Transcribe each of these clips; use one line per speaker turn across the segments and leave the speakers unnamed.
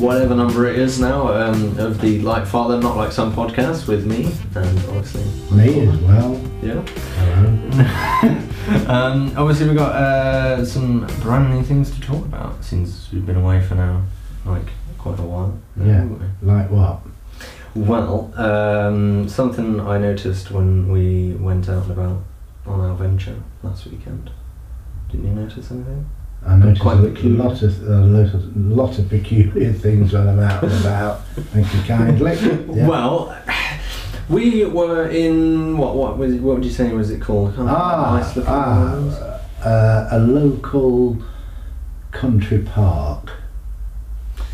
whatever number it is now, um, of the Like Father, Not Like Son podcast with me, and obviously,
Me as well.
yeah.
Hello.
um, obviously, we've got uh, some brand new things to talk about since we've been away for now, like quite a while.
Yeah. Like what?
Well, um, something I noticed when we went out and about on our venture last weekend. Didn't you notice anything?
I noticed a
Quite peculiar.
lot of a lot of, lot of peculiar things when I'm out and about. Thank you kindly. Yeah.
Well, we were in what? What was? What would you say was it called? Kind of nice
ah,
looking ones.
ah uh, a local country park,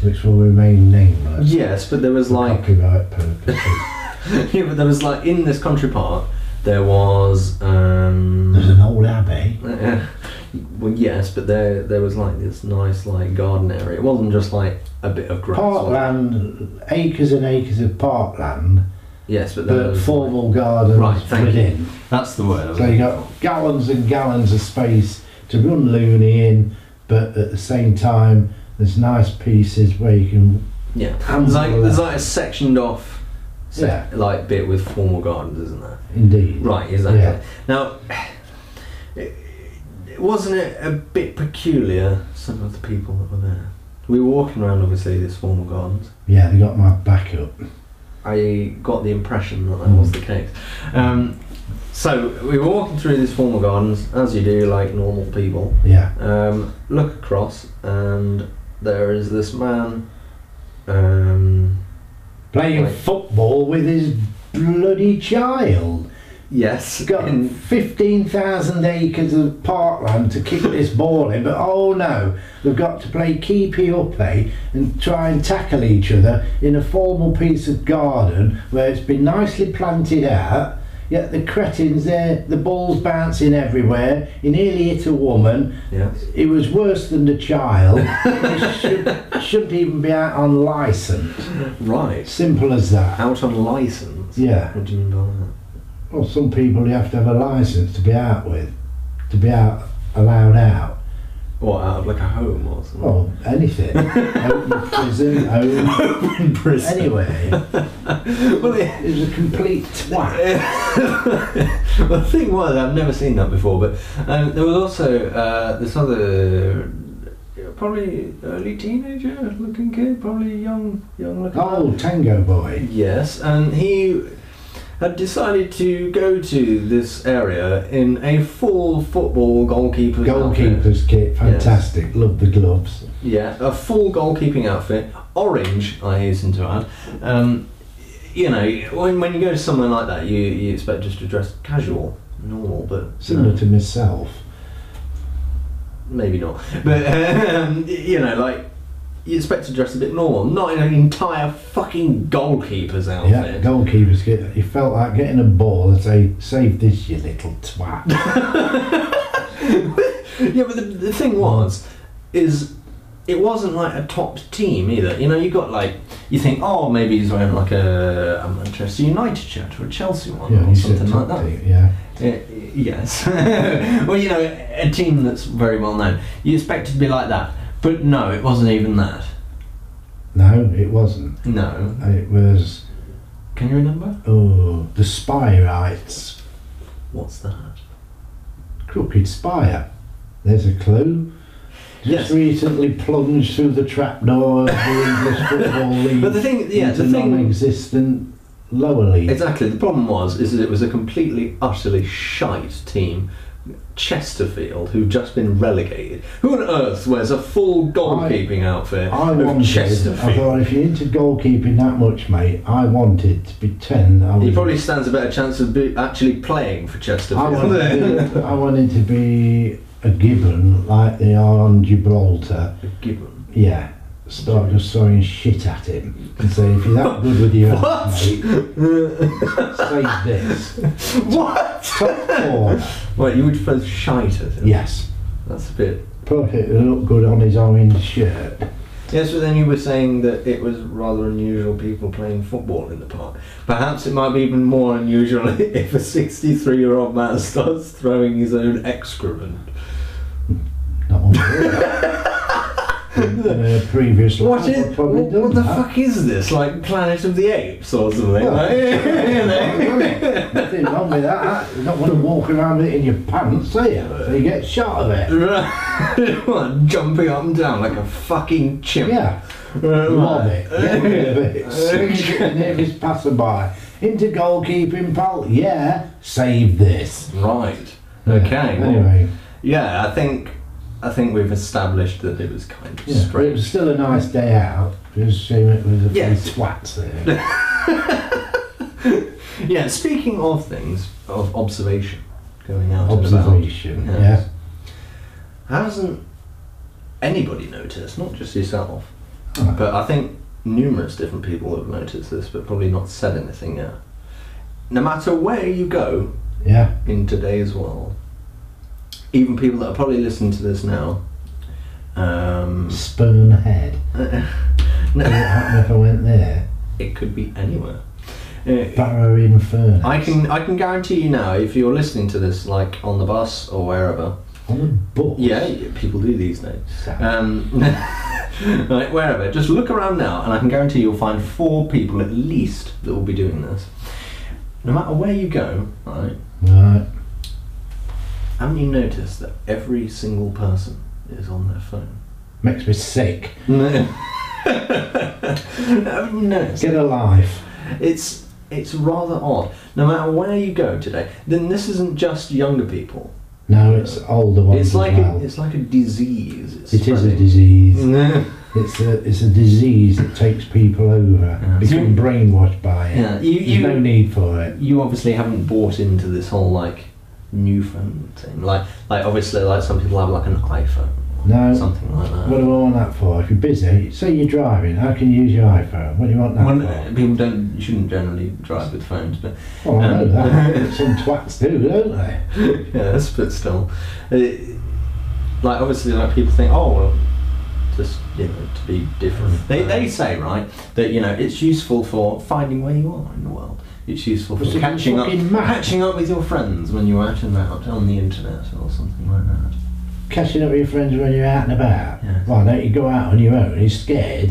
which will remain nameless.
Yes, but there was
for
like
copyright purposes.
yeah, but there was like in this country park there was um.
There's an old abbey.
Uh, well, yes, but there there was like this nice like garden area. It wasn't just like a bit of grass. was it?
Parkland, acres and acres of parkland,
Yes, but there
but
was,
formal gardens
Right, thank
within.
like- that's the word. I was
So you
looking
got gallons and gallons of space to run Looney in, but at the same time, there's nice pieces where you can.
Yeah,
And
there's like
all
there's
that.
like a sectioned off, sec- like bit with formal gardens, isn't there?
Indeed.
Right, exactly.
Yeah.
Now, it, it- wasn't it a bit peculiar? Some of the people that were there. We were walking around, obviously, this formal gardens.
Yeah, they got my back up.
I got the impression that that was the case. Um, so we were walking through these formal gardens, as you do, like normal people.
Yeah.
um, look across, and there is this man. Um,
Playing
Right.
football with his bloody child.
yes,
He's got
in-
15,000 acres of parkland to kick this ball in, but oh no, they've got to play keepy uppy eh, and try and tackle each other in a formal piece of garden where it's been nicely planted out. Yet the cretins there, the ball's bouncing everywhere. He nearly hit a woman.
yes.
It was worse than the child. It should, shouldn't even be out on license.
Right.
Simple as that.
Out on license.
Yeah.
What do you mean by that?
Well, some people you have to have a license to be out with, to be out allowed out.
What, out of like a home or something?
Well, anything, open prison, home,
in prison.
anyway.
well, it-
It was a complete twat.
well, the thing was, I've never seen that before, but um, there was also uh, this other. Probably early teenager-looking kid, probably young, young-looking. man.
Oh, Tango Boy.
Yes, and he had decided to go to this area in a full football goalkeeper.
Goalkeeper's kit, fantastic. Love the gloves.
Yeah, a full goalkeeping outfit, orange. I hasten to add. Um, you know, when, when you go to somewhere like that, you, you expect just to dress casual, normal, but uh,
Similar to myself.
maybe not. But um, you know, like you expect to dress a bit normal, not in an entire fucking goalkeeper's outfit.
Yeah, goalkeeper's kit. You felt like getting a ball and say, save this, you little twat.
Yeah, but the, the thing was, is it wasn't like a top team either. You know, you got like you think, oh, maybe he's wearing like a, a Manchester United shirt or a Chelsea one
Yeah,
or
you said
something like
top
that.
team, Yeah.
Uh, yes. well, you know, a team that's very well known. You expect it to be like that, but no, it wasn't even that.
No, it wasn't.
No.
It was,
Can you remember
oh, the Spyrites.
what's that?
Crooked Spire. There's a clue.
Yes.
Just recently plunged through the trapdoor of the English Football League
But the thing, yeah,
into
the thing.
non-existent lower league.
Exactly. The problem was is that it was a completely, utterly shite team. Chesterfield, who've just been relegated. Who on earth wears a full goalkeeping outfit
I
of
wanted. I
Chesterfield?
thought if you're into goalkeeping that much, mate, I wanted to pretend I was.
He probably stands a better chance of be- actually playing for
I
Chesterfield.
wanted, to be, I wanted to be a gibbon like they are on Gibraltar.
Gibbon.
Yeah. Start just throwing shit at him and say, if you're that good with your
What?
hands, mate, save this.
What?
Top four.
Wait, you would throw shite at him?
Yes.
That's a bit.
Put it look good on his orange shirt.
Yes, but then you were saying that it was rather unusual people playing football in the park. Perhaps it might be even more unusual if a 63 year old man starts throwing his own excrement.
Not on the in a previous
What
life. I've
is?
probably
What,
done
what the
that.
fuck is this? Like Planet of the Apes or something?
Well,
like, you know?
Nothing wrong with that. You don't want to walk around it in your pants, do you? So you get shot of it.
Right. What, Jumping up and down like a fucking chimp.
Yeah,
Right.
love it. Get rid of it. Swing it at the nearest passerby. Into goalkeeping pal. Yeah, save this.
Right. Okay. well,
Anyway,
yeah, I think I think we've established that it was kind of
yeah, but it
strange.
was still a nice day out. Just shame it was a few
Yeah.
swats there.
Yeah, speaking of things of observation, going out and
Observation.
about,
Yeah.
yes. hasn't anybody noticed? Not just yourself,
Oh.
but I think numerous different people have noticed this, but probably not said anything yet. No matter where you go
Yeah.
in today's world, even people that are probably listening to this now, um,
Spoon head. Did it
no,
happen if I went there?
it could be anywhere. Uh,
Barrow in Furnace.
I can I can guarantee you now, if you're listening to this, like on the bus or wherever.
On the bus.
Yeah, yeah, people do these days. Um, like wherever, just look around now, and I can guarantee you'll find four people at least that will be doing this. No matter where you go, right?
Right.
Haven't you noticed that every single person is on their phone?
Makes me sick.
haven't you noticed?
Get a life.
It's it's rather odd. No matter where you go today, then this isn't just younger people.
No, it's older ones.
It's like
as well.
a, it's like a disease. It's
It is a
spreading. Mm.
disease. It's a it's a disease that takes people over.
Yeah.
Become brainwashed by it.
yeah, you,
There's
you
no need for it.
you obviously haven't bought into this whole like new phone thing. Like like obviously like some people have like an iPhone
No.
or something like that.
What do I want that for? If you're busy, say you're driving, how can you use your iPhone? What do you want that
When-
for?
people don't you shouldn't generally drive with phones, but
Well, I know
um,
that. Some twats do, don't they?
yes, but still, it, like obviously, like people think, oh well, just you know, to be different. They, they say right that you know it's useful for finding where you are in the world. It's useful for
It's a
catching up,
fucking map.
catching up with your friends when you're out and out on the internet or something like that.
Catching up with your friends when you're out and about.
Yeah.
Why don't you go out on your own? You're scared.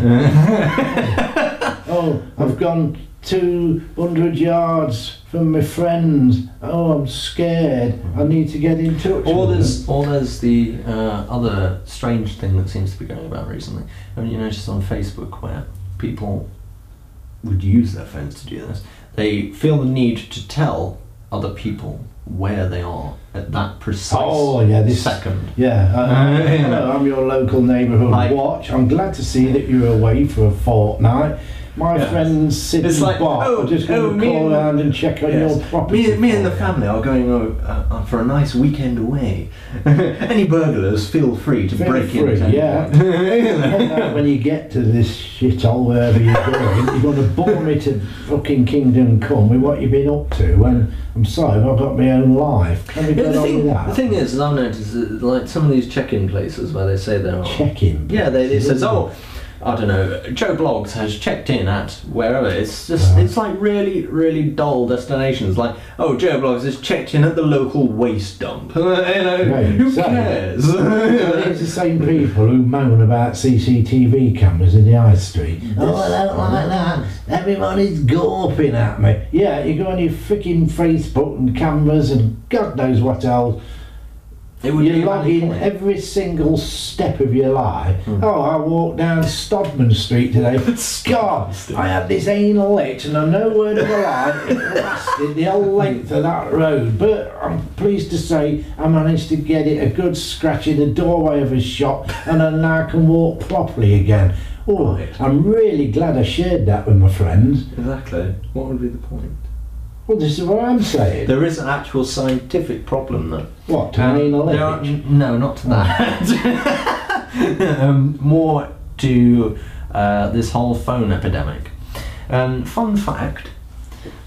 Oh, I've gone 200 yards from my friends. Oh, I'm scared. I need to get in touch
Or
with
there's, or there's the uh, other strange thing that seems to be going about recently. Haven't you noticed on Facebook where people would use their phones to do this? They feel the need to tell other people where they are at that precise
Oh, yeah, this-
second.
Yeah, I,
Uh, yeah.
hello, I'm your local neighbourhood
Like-
watch. I'm glad to see that you're away for a fortnight. My
Yeah.
friend Sidney
It's like,
Bott
oh,
are just
oh,
going to
me
call
and-
around and check on
Yes.
your property.
Me, me and the
for you.
family are going uh, uh, for a nice weekend away. Any burglars, feel free to
Feel
break
free,
in.
yeah. Hello, when you get to this shithole wherever you're going, you're going to bore me to fucking kingdom come with what you've been up to. When I'm sorry, but I've got my own life. Can we
Yeah,
get
the,
on
thing,
with that?
the thing is, is I've noticed that, like some of these check-in places where they say there are.
checking.
Yeah, they, it says, oh, I don't know, Joe Blogs has checked in at wherever. It's just,
Right.
it's like really, really dull destinations. Like, oh, Joe Blogs has checked in at the local waste dump. you know,
Right,
who
so-
cares?
It's the same people who moan about CCTV cameras in the high street. Oh, I don't like that. Everybody's gawping at me. Yeah, you go on your freaking Facebook and cameras and God knows what else.
it would be
You
a
log
valid
in
point.
every single step of your life.
Hmm.
Oh, I walked down Stodman Street today. God, I had this anal itch, and I know word of a lie, it lasted the whole length of that road. But I'm pleased to say I managed to get it a good scratch in the doorway of a shop, and I now can walk properly again. Oh, I'm really glad I shared that with my friends.
Exactly. What would be the point?
Well, this is what I'm saying.
There is an actual scientific problem, though. Um,
What, to an anal
There are-
itch?
no, not to that. um, more to uh, this whole phone epidemic. Um, fun fact.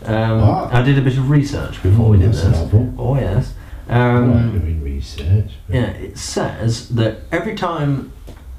Um,
What?
I did a bit of research before we did
That's
this.
novel.
Oh yes.
Well,
Um,
I'm doing research. but-
yeah, it says that every time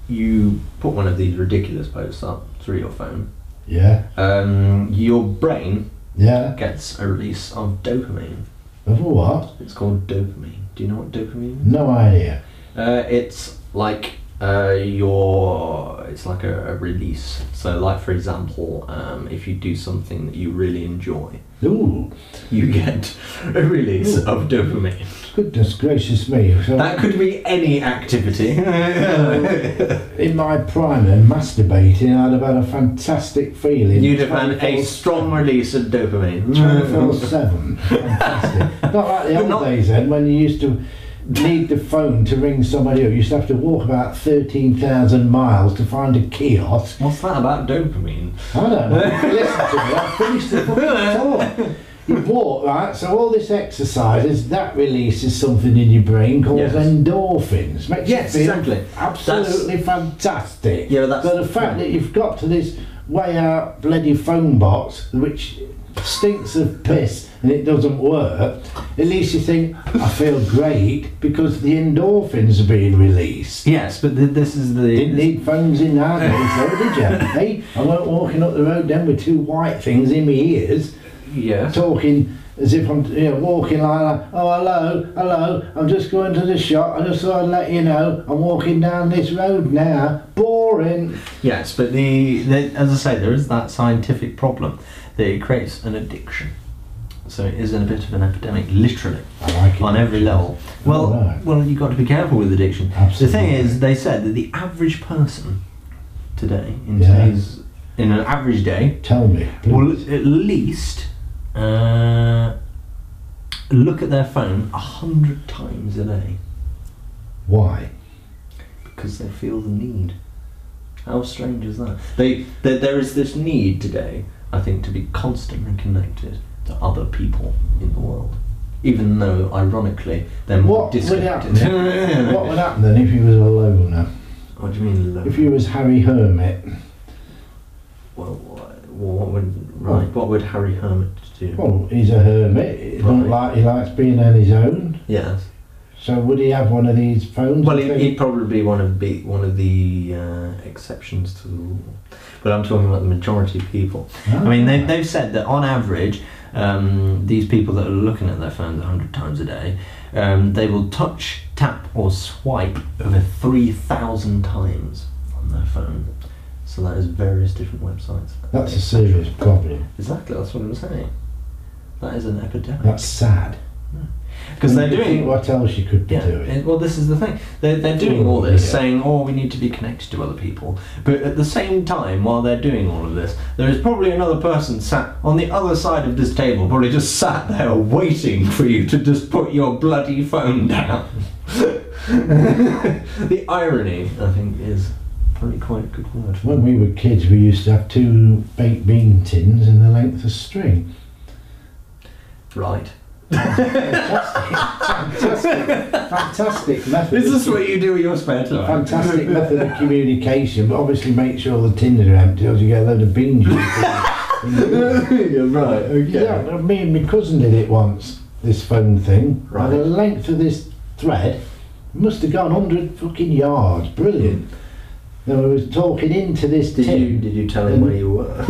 you put one of these ridiculous posts up through your phone,
Yeah,
um, your brain
yeah.
gets a release of dopamine.
Of what?
It's called dopamine. Do you know what dopamine is?
No idea.
Uh, it's like uh, your it's like a, a release. So, like for example, um, if you do something that you really enjoy,
Ooh,
you get a release of dopamine.
goodness gracious me. So
That could be any activity.
in my prime and masturbating, I'd have had a fantastic feeling.
You'd have had a
24
strong release of dopamine.
24 7. Fantastic. Not like the
But
old
not-
days then when you used to need the phone to ring somebody up. You used to have to walk about 13,000 miles to find a kiosk.
What's that about dopamine?
I don't know. Listen to me. I've finished the fucking talk. You walk, right? So all this exercise is that releases something in your brain called
Yes.
endorphins. Makes
Yes,
you feel
exactly.
absolutely fantastic.
Yeah, that's
But the fact that you've got to this way out bloody phone box, which stinks of piss and it doesn't work, at least you think, I feel great because the endorphins are being released.
Yes, but th- this is the.
Didn't need phones in our days, though, did you? Hey, I went walking up the road then with two white things in my ears,
yes.
talking as if I'm you know, walking like that. Oh, hello, hello, I'm just going to the shop. I just thought I'd let you know I'm walking down this road now. Boring.
Yes, but the, the as I say, there is that scientific problem that it creates an addiction. So it is in a bit of an epidemic, literally,
I like it.
on every level. Well,
Alright.
well, you've got to be careful with addiction.
Absolutely.
The thing is, they said that the average person today, in
Yeah.
today's, in an average day,
Tell me. please.
will at least uh, look at their phone a hundred times a day
Why?
because they feel the need. How strange is that? They, there there is this need today, I think, to be constantly connected to other people in the world, even though ironically they're more
What would
disconnected.
happen? what would happen then if you was a loner?
What do you mean? Low?
If you was Harry Hermit,
well, what, what would right? What would Harry Hermit do?
well, he's a hermit. He, don't
Right.
like, he likes being on his own.
Yes.
So would he have one of these phones?
Well,
you
he'd,
think?
he'd probably be one of be one of the uh, exceptions to the rule, but I'm talking about the majority of people. I mean, they, they've said that on average, um, these people that are looking at their phones 100 times a day, um, they will touch, tap, or swipe over 3,000 times on their phone. So that is various different websites.
That's a serious problem.
Exactly, that's what I'm saying. That is an epidemic.
That's sad.
Because
And
they're
you think
doing.
what else you could be
Yeah.
doing.
and- Well, this is the thing. They're, they're doing
Mm,
all this,
yeah.
saying, "Oh, we need to be connected to other people." But at the same time, while they're doing all of this, there is probably another person sat on the other side of this table, probably just sat there waiting for you to just put your bloody phone down. the irony, I think, is probably quite a good word.
When we were kids, we used to have two baked bean tins and the length of string.
Right.
Fantastic, fantastic, fantastic method.
Is this what you do with your spare time?
Fantastic method of communication, but obviously make sure the tins are empty, or you get a load of beans. in the bin.
Yeah, right. Okay.
yeah, me and my cousin did it once. This phone thing,
Right.
and the length of this thread must have gone hundred fucking yards. Brilliant. Then we was talking into this
Did
tin.
you did you tell him where you were?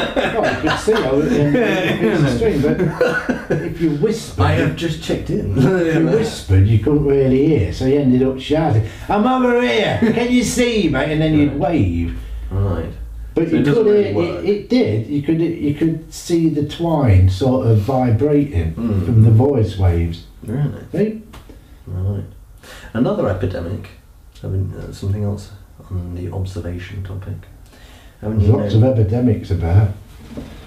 Well, I could see I was in the stream, but if you whispered,
I have just checked in.
if you whispered, you couldn't really hear, so you ended up shouting, "I'm over here! Can you see, mate?" And then you'd wave.
Right.
But
So
you
it doesn't
could
really
hear,
work.
it, it did. You could you could see the twine sort of vibrating
Mm.
from the voice waves.
Really?
See?
Right. Another epidemic. I mean, uh, something else on the observation topic. Haven't
There's
you
lots of e- epidemics about.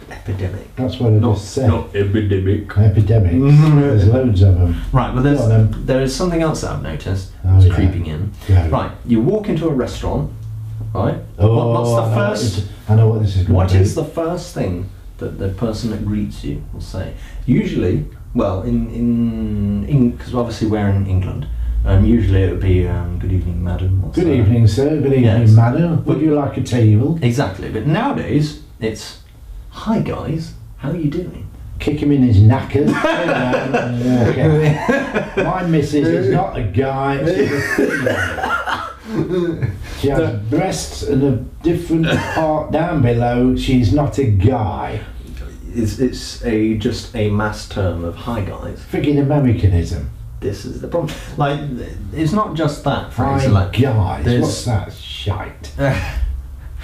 epidemic?
That's what I just said.
epidemic.
Epidemics. There's loads of them.
Right, well,
Go
there's,
on then.
there is something else that I've noticed
Oh,
that's
yeah.
creeping in.
Go.
Right, you walk into a restaurant, right?
Oh,
What- what's
I know
the
what
first?
this- Oh, I know what this is. gonna
What
be.
is the first thing that the person that greets you will say? Usually, well, in in because obviously we're in England, um, usually it would be um, good evening, madam. or
Good
something.
evening, sir. Good evening,
Yes.
madam. Would you like a table?
Exactly, but nowadays it's hi guys, how are you doing?
Kick him in his knackers. Turn around and walk out. My missus is not a guy. She's a female. She has breasts and a different part down below. She's not a guy.
It's it's a just a mass term of hi guys.
Freaking Americanism.
this is the problem. Like, it's not just that phrase.
My
Like,
guys,
there's-
what's that shite?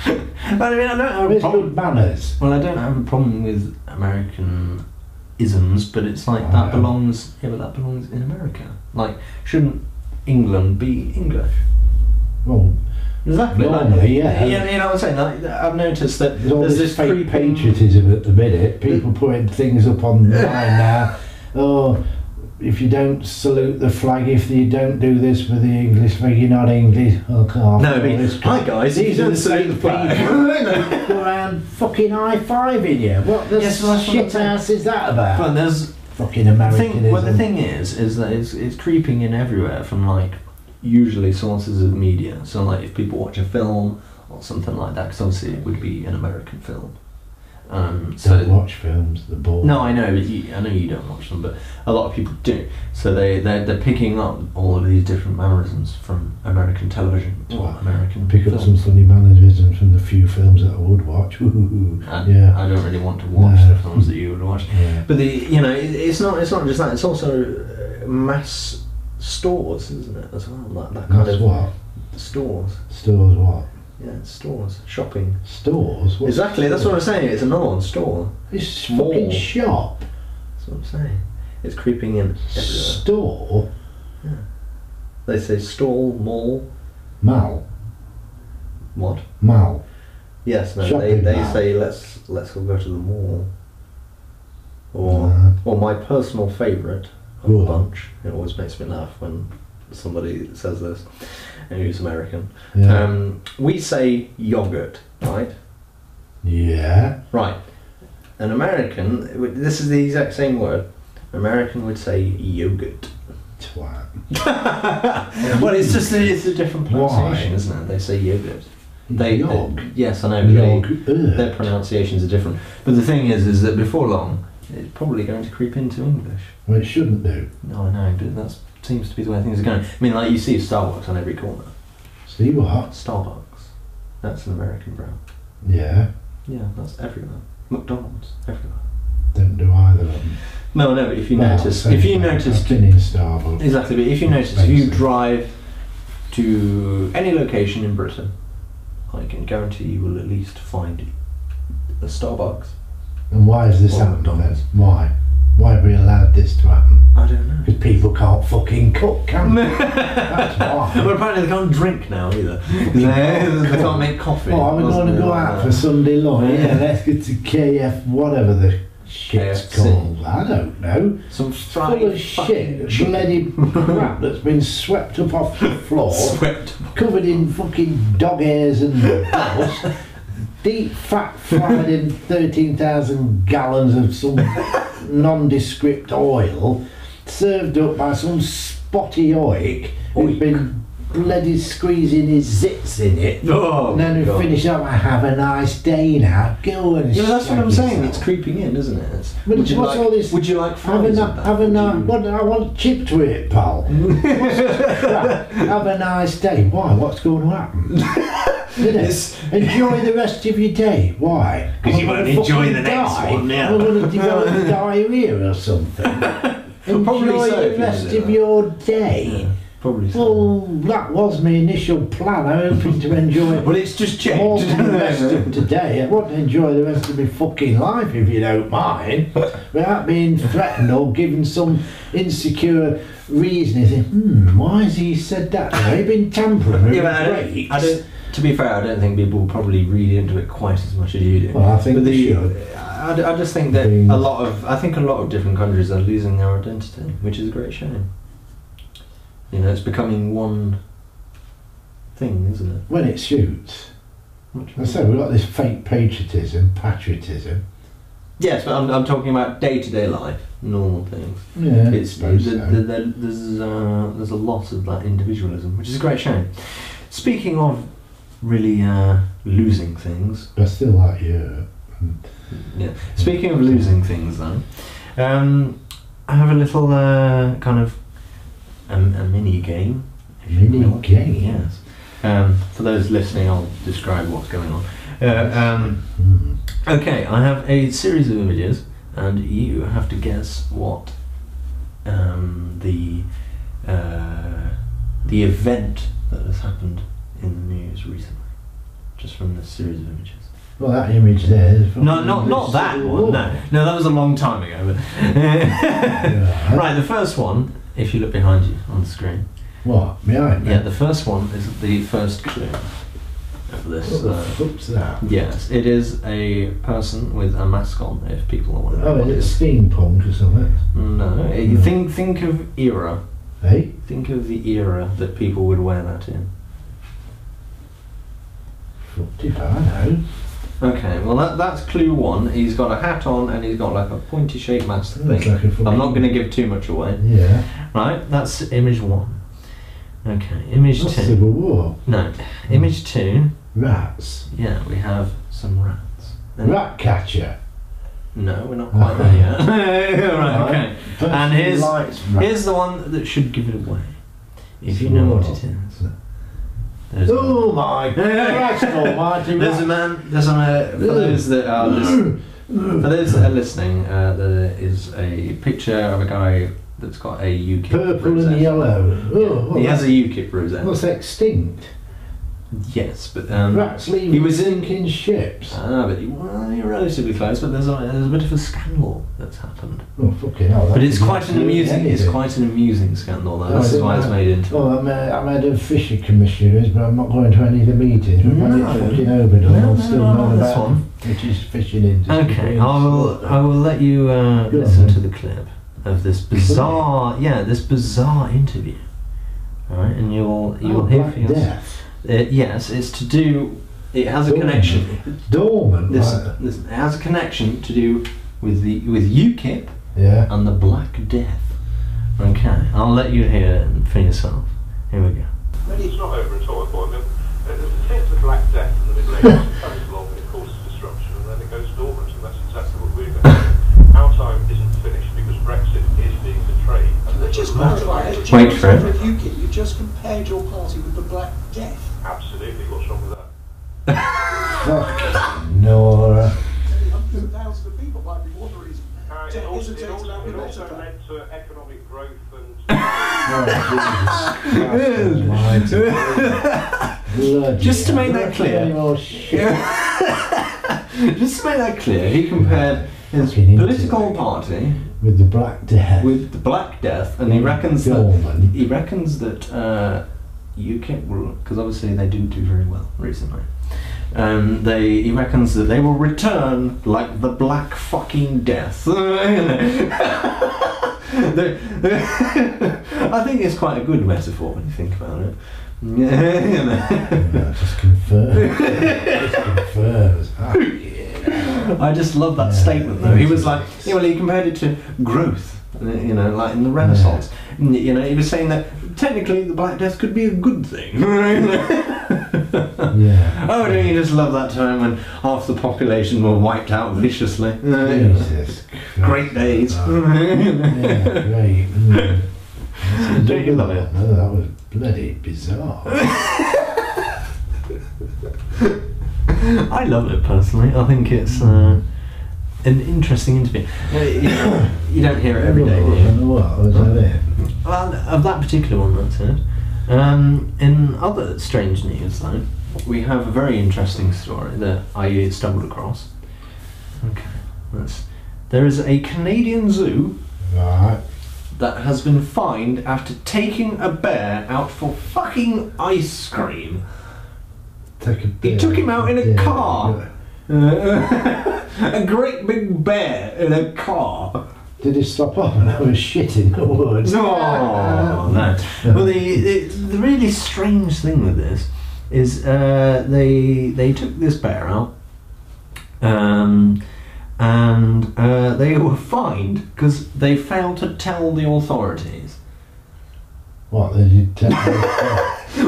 but I mean, I don't have a
There's
problem.
good manners.
Well, I don't have a problem with American isms, but it's like
I
that
know.
belongs. Yeah, but that belongs in America. Like, shouldn't England be English?
Well,
Exactly.
Normally, yeah.
Yeah, you know what I'm saying. Like, I've noticed that
there's all
there's
this,
this
fake
creeping-
patriotism at the minute. People putting things up online now. Oh, if you don't salute the flag, if you don't do this with the English flag, you're not English. Oh, God.
No, I
all
mean,
this
hi guys,
These
he's
are
in
the
the
same
same
people go around fucking high-fiving you. What the
Yes, well, that's what I'm
shit house is that about?
But there's
fucking
the
Americanism.
thing. Well, the thing is, is that it's, it's creeping in everywhere from like usually sources of media. So like if people watch a film or something like that, because obviously it would be an American film. Um, so
Don't watch films, the ball.
No, I know, but you, I know you don't watch them, but a lot of people do. So they they're, they're picking up all of these different mannerisms from American television or
Well,
American
Pick up
films.
some funny mannerisms from the few films that I would watch. Woo-hoo-hoo.
I,
Yeah.
I don't really want to watch
No.
the films that you would watch.
yeah.
But the you know it, it's not it's not just that. It's also uh, mass stores, isn't it? As well, like that kind
That's
of
what?
stores.
Stores what?
Yeah, it's stores, shopping.
Stores? What
exactly. That's what
stores?
I'm saying. It's an odd store.
This
Mall.
fucking shop,
That's what I'm saying. It's creeping in everywhere.
store,
They say stall, mall,
mal,
what?
mal.
Yes, no.
Shopping
they they
mall.
say let's let's all go to the mall. Or
Uh,
or my personal favourite of
Go
the
on.
bunch. It always makes me laugh when somebody says this, and who's American.
yeah.
Um, we say yogurt, right?
yeah.
Right. An American, would- this is the exact same word. An American would say yogurt.
Twat.
well, it's just a, it's a different
Why?
pronunciation, isn't it? They say yogurt. They,
Yog.
they- yes, I know. but they-
Yog.
their pronunciations are different. But the thing is, is that before long, it's probably going to creep into English.
Well, it shouldn't do.
No, I know, but that seems to be the way things are going. I mean, like you see Starbucks on every corner.
See what?
Starbucks. That's an American brand.
Yeah.
Yeah, that's everywhere. McDonald's everywhere.
Don't do either of them.
No, no. But if you
Well,
notice,
same
if you
thing.
notice,
I've been in Starbucks.
exactly. But if you
Yeah,
notice, if you
basically.
drive to any location in Britain, I can guarantee you will at least find a Starbucks.
And why is this
Or
happening then?
McDonald's.
Why? Why have we allowed this to happen?
I don't know.
Because people can't fucking cook, can they? That's why.
well, apparently they can't drink now either. They, they can't make coffee.
Oh, I'm going to go out for Sunday lunch. Yeah,
Yeah.
let's get to KF, whatever the shit's
KFC.
called. I don't know.
some
Full
fried
of shit, bloody crap that's been swept up off the floor,
Swept.
covered in fucking dog hairs and dust, deep fat fried in 13,000 gallons of some nondescript oil, served up by some spotty oik who's
Oik.
been bloody squeezing his zits in it.
Oh,
And then we
God.
finish up. I have a nice day now. Go and.
Yeah, that's what
shag
I'm saying.
yourself.
It's creeping in, isn't it? It's-
But
you
what's
like,
all this-
Would you like fries?
Have a,
with
ni-
that?
have a
Would
nice.
you-
What I want chip to it, pal. Right, have a nice day. Why? What's going to happen? Isn't it?
It's-
Enjoy the rest of your day. Why?
'Cause
I'm
you
gonna
won't enjoy
fucking
the next
die.
one now.
I'm going to develop diarrhea or something. Enjoy
Probably so, if
the
you
rest
do
of
that.
your day.
Probably so.
Well, that was my initial plan. I'm hoping to enjoy it
Well, it's just
more than the rest of
changed.
today. I want to enjoy the rest of my fucking life, if you don't mind, without being threatened or given some insecure reason. You think, hmm, why has he said that? Have he been tampering with
Yeah, but I
breaks?
don't, I don't. To be fair, I don't think people probably read into it quite as much as you do.
Well, I think
But
they
the,
should.
I, I just think that
Things.
a lot of I think a lot of different countries are losing their identity, which is a great shame. You know, it's becoming one thing, isn't it?
When it suits.
Which-
I say, we've got this fake patriotism, patriotism.
Yes, but I'm, I'm talking about day to day life, normal things.
Yeah,
it's
I suppose
the,
so.
the, the, there's uh, there's a lot of that individualism, which is a great shame. Speaking of really uh, losing things,
But I still like you.
Yeah. Speaking of losing things, though, um, I have a little uh, kind of um, a mini game. if you
Mini
will.
game?
Yes. Um, for those listening, I'll describe what's going on. Uh, um,
Hmm.
okay, I have a series of images, and you have to guess what um, the uh, the event that has happened in the news recently, just from this series of images.
Well, that image there. Is from
No, not
the
not that
Civil
one.
War.
No, no, that was a long time ago. But
Yeah.
right, the first one. If you look behind you on the screen,
What? Behind me?
yeah, the first one is the first clue of
What
this.
the
Uh,
fuck's that?
yes, it is a person with a mask on. If people are wondering,
Oh,
what it
is
is.
it steampunk or something?
No, it-
No.
think think of era.
Hey?
Think of the era that people would wear that in.
Fucked if I know.
Okay, well that that's clue one. He's got a hat on and he's got like a pointy shaped mask
Looks
thing.
like a fucking-
I'm not going to give too much away.
Yeah.
Right, that's image one. Okay, image
That's
two.
Civil War.
No, image two.
Rats.
Yeah, we have some rats. And-
Rat catcher.
No, we're not quite there yet. right, okay.
Person
And here's-
likes rats.
Here's the one that should give it away, if you know what it is. There's
Oh my Christ almighty.
There's a
rat.
man. Oh, There's a man. For those that are listening, for those that are listening, uh, there is a picture of a guy that's got a UKIP.
Purple
rosette.
and yellow. Oh, well,
He has a UKIP rosette.
that's extinct.
Yes, but um,
Rats leaving
he was in.
sinking ships.
Ah, but you well, you're relatively close. But there's a, there's a bit of a scandal that's happened.
Oh, fucking hell.
But
that
it's
doesn't
quite an
do
amusing. It's
anything.
quite an amusing scandal. Though.
Oh,
This is
isn't
why it's
that-
made into.
Oh, I'm, uh, I'm head of fishing commissioners, but I'm not going to any of the meetings. But when
No.
it's fucking overdone,
No,
I'll
no,
still
no,
know
no, this
about it,
one.
Which is fishing industry. uh,
Okay, I will. I will let you uh,
Go on
listen
then.
to the clip of this bizarre. Yeah, this bizarre interview. All right, and you'll you'll
Oh,
hear
Black
for yourself.
Death.
Uh, yes, it's to do. It has a
Dormant.
connection.
Dormant.
Listen,
right.
listen, it has a connection to do with the with UKIP
Yeah.
and the Black Death. Okay, I'll let you hear it for yourself. Here we go.
Maybe it's not over until appointment. There's a sense of black death in the Middle Ages. It comes along and it causes disruption and then it goes dormant and that's exactly what we're going to do. Our time isn't finished because Brexit is being betrayed. And
Which is mortifying. If
Wait
you
for it.
with UKIP, you just compared your party with the Black Death.
Absolutely, what's wrong with that?
Fucking Nora.
Hundreds of thousands of people might be watering.
Uh,
Isn't
it also,
it
it also, it
exactly
also
that?
led to economic growth and...
Oh, Jesus Christ almighty. Bloody
Just to
hell.
make that clear.
Bloody hell, shit.
Just to make that clear, he compared his
Fucking idiot.
political party
With the Black Death.
with the Black Death, and he reckons that
Dormant.
he reckons that uh, UKIP will because obviously they didn't do very well recently. Um, they he reckons that they will return like the Black fucking Death. They- I think it's quite a good metaphor when you think about it. You know.
Yeah, just confirms. just confirms. Fucking hell.
I just love that
Yeah.
statement though. He was like, yeah, well, he compared it to growth, you know, like in the Renaissance. N- You know, he was saying that technically the Black Death could be a good thing. oh,
Yeah.
don't you just love that time when half the population were wiped out viciously?
Jesus Christ.
Great days.
Oh, yeah, great. Mm. That's a
Don't you love it?
Oh, that was bloody bizarre.
I love it personally. I think it's uh, an interesting interview. Uh, You, know, you don't hear it every day, do you?
Oh, what? Was that it?
Well, of that particular one, that's it. Um, in other strange news, though, we have a very interesting story that I stumbled across. Okay, that's, there is a Canadian zoo
Right.
that has been fined after taking a bear out for fucking ice cream.
Took
He
a bit.
took him out in a
Yeah.
car. a great big bear in a car.
Did he stop off and have a shit in the woods?
Oh, no. Well, the, the, the really strange thing with this is uh, they they took this bear out, um, and uh, they were fined because they failed to tell the authorities.
What? Did you tell him?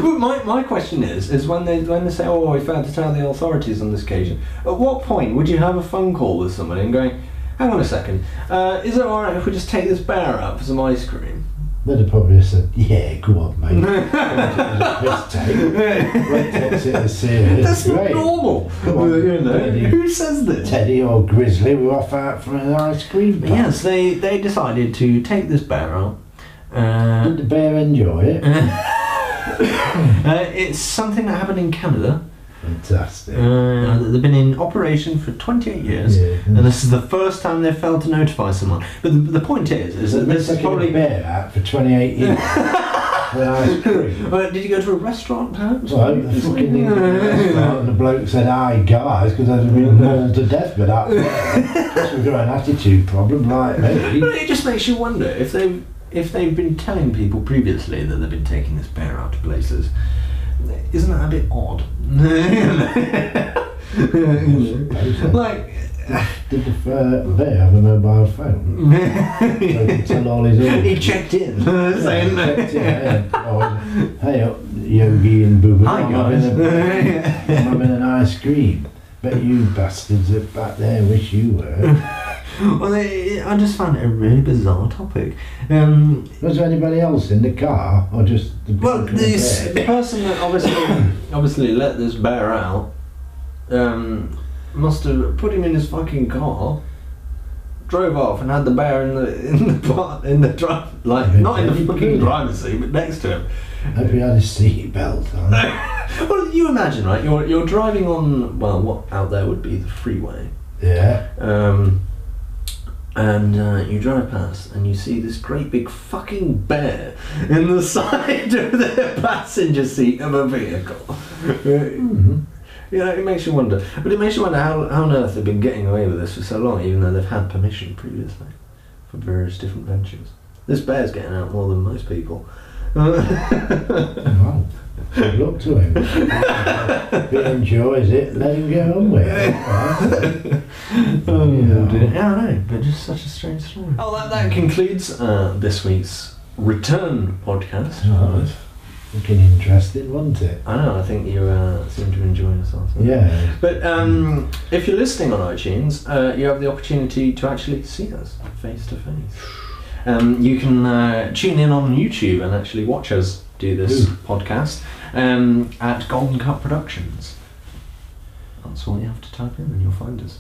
But my, my question is is when they when they say oh we failed to tell the authorities on this occasion, at what point would you have a phone call with somebody and going, hang on a second, uh, is it all right if we just take this bear out for some ice cream?
They'd have probably said, yeah, go on, mate. Let's take it. Red takes it as serious.
That's not
Great.
normal.
Come on,
you know,
Teddy.
who says this?
Teddy or Grizzly were off out for an ice cream.
But
party.
Yes, they, they decided to take this bear out. Uh,
Did the bear enjoy it?
Uh, it's something that happened in Canada.
Fantastic.
Uh, they've been in operation for 28 years,
Yeah.
and this is the first time they've failed to notify someone. But the, the point is, is that
They've been
this is
sucking
probably.
a beer out for 28 years. With ice cream.
Uh, did you go to a restaurant, perhaps?
So I hope the fucking Indian restaurant and the bloke said, "Hi guys," because I'd have been mauled to death for that. Plus we've got an attitude problem, like me.
But it just makes you wonder if they've if they've been telling people previously that they've been taking this bear out to places. Isn't that a bit odd? like,
Did the uh, they have a mobile phone? So he could tell all his orders.
he checked in, saying,
Yeah, checked in, yeah. Oh, Hey up, Yogi and Booba.
"Hi
I'm having a-
guys."
I'm having an ice cream. Bet you bastards that back there wish you were.
well, it, I just found it a really bizarre topic. Um,
Was there anybody else in the car, or just the
Well,
bloke in the
this,
bed?
the person that obviously obviously let this bear out um, must have put him in his fucking car, drove off, and had the bear in the in the par- in the drive like not in the fucking driver's seat, but next to him.
Hope he had his seatbelt on.
Well, you imagine, right? You're you're driving on well, what out there would be the freeway,
Yeah.
um, and uh, you drive past and you see this great big fucking bear in the side of the passenger seat of a vehicle.
Mhm.
You know, it makes you wonder. But it makes you wonder how, how on earth they've been getting away with this for so long, even though they've had permission previously for various different ventures. This bear's getting out more than most people. Um,
Well, good luck to him. if he enjoys it, let him get on with it.
yeah.
dear.
I know, but just such a strange story. Oh, that, that concludes uh, this week's return podcast.
Oh, that's fucking interesting, wasn't it?
I know, I think you uh, seem to enjoy yourself.
Yeah.
But um, if you're listening on iTunes, uh, you have the opportunity to actually see us face to face. Um, you can uh, tune in on YouTube and actually watch us do this
Ooh.
podcast um, at Golden Cup Productions. That's all you have to type in, and you'll find us.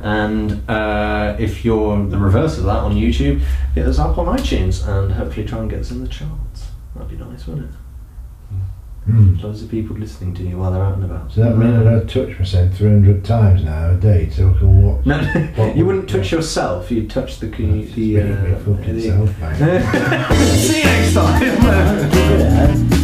And uh, if you're the reverse of that on YouTube, hit us up on iTunes and hopefully try and get us in the charts. That'd be nice, wouldn't it?
Hmm.
Loads of people listening to you while they're out and about.
So that means I don't touch myself 300 times now a day so I can watch.
No,
What
you
would-
wouldn't touch yourself. You'd touch the the.
It's
the,
making me
uh,
fucking
the-
self, mate.
See you next time.
Yeah.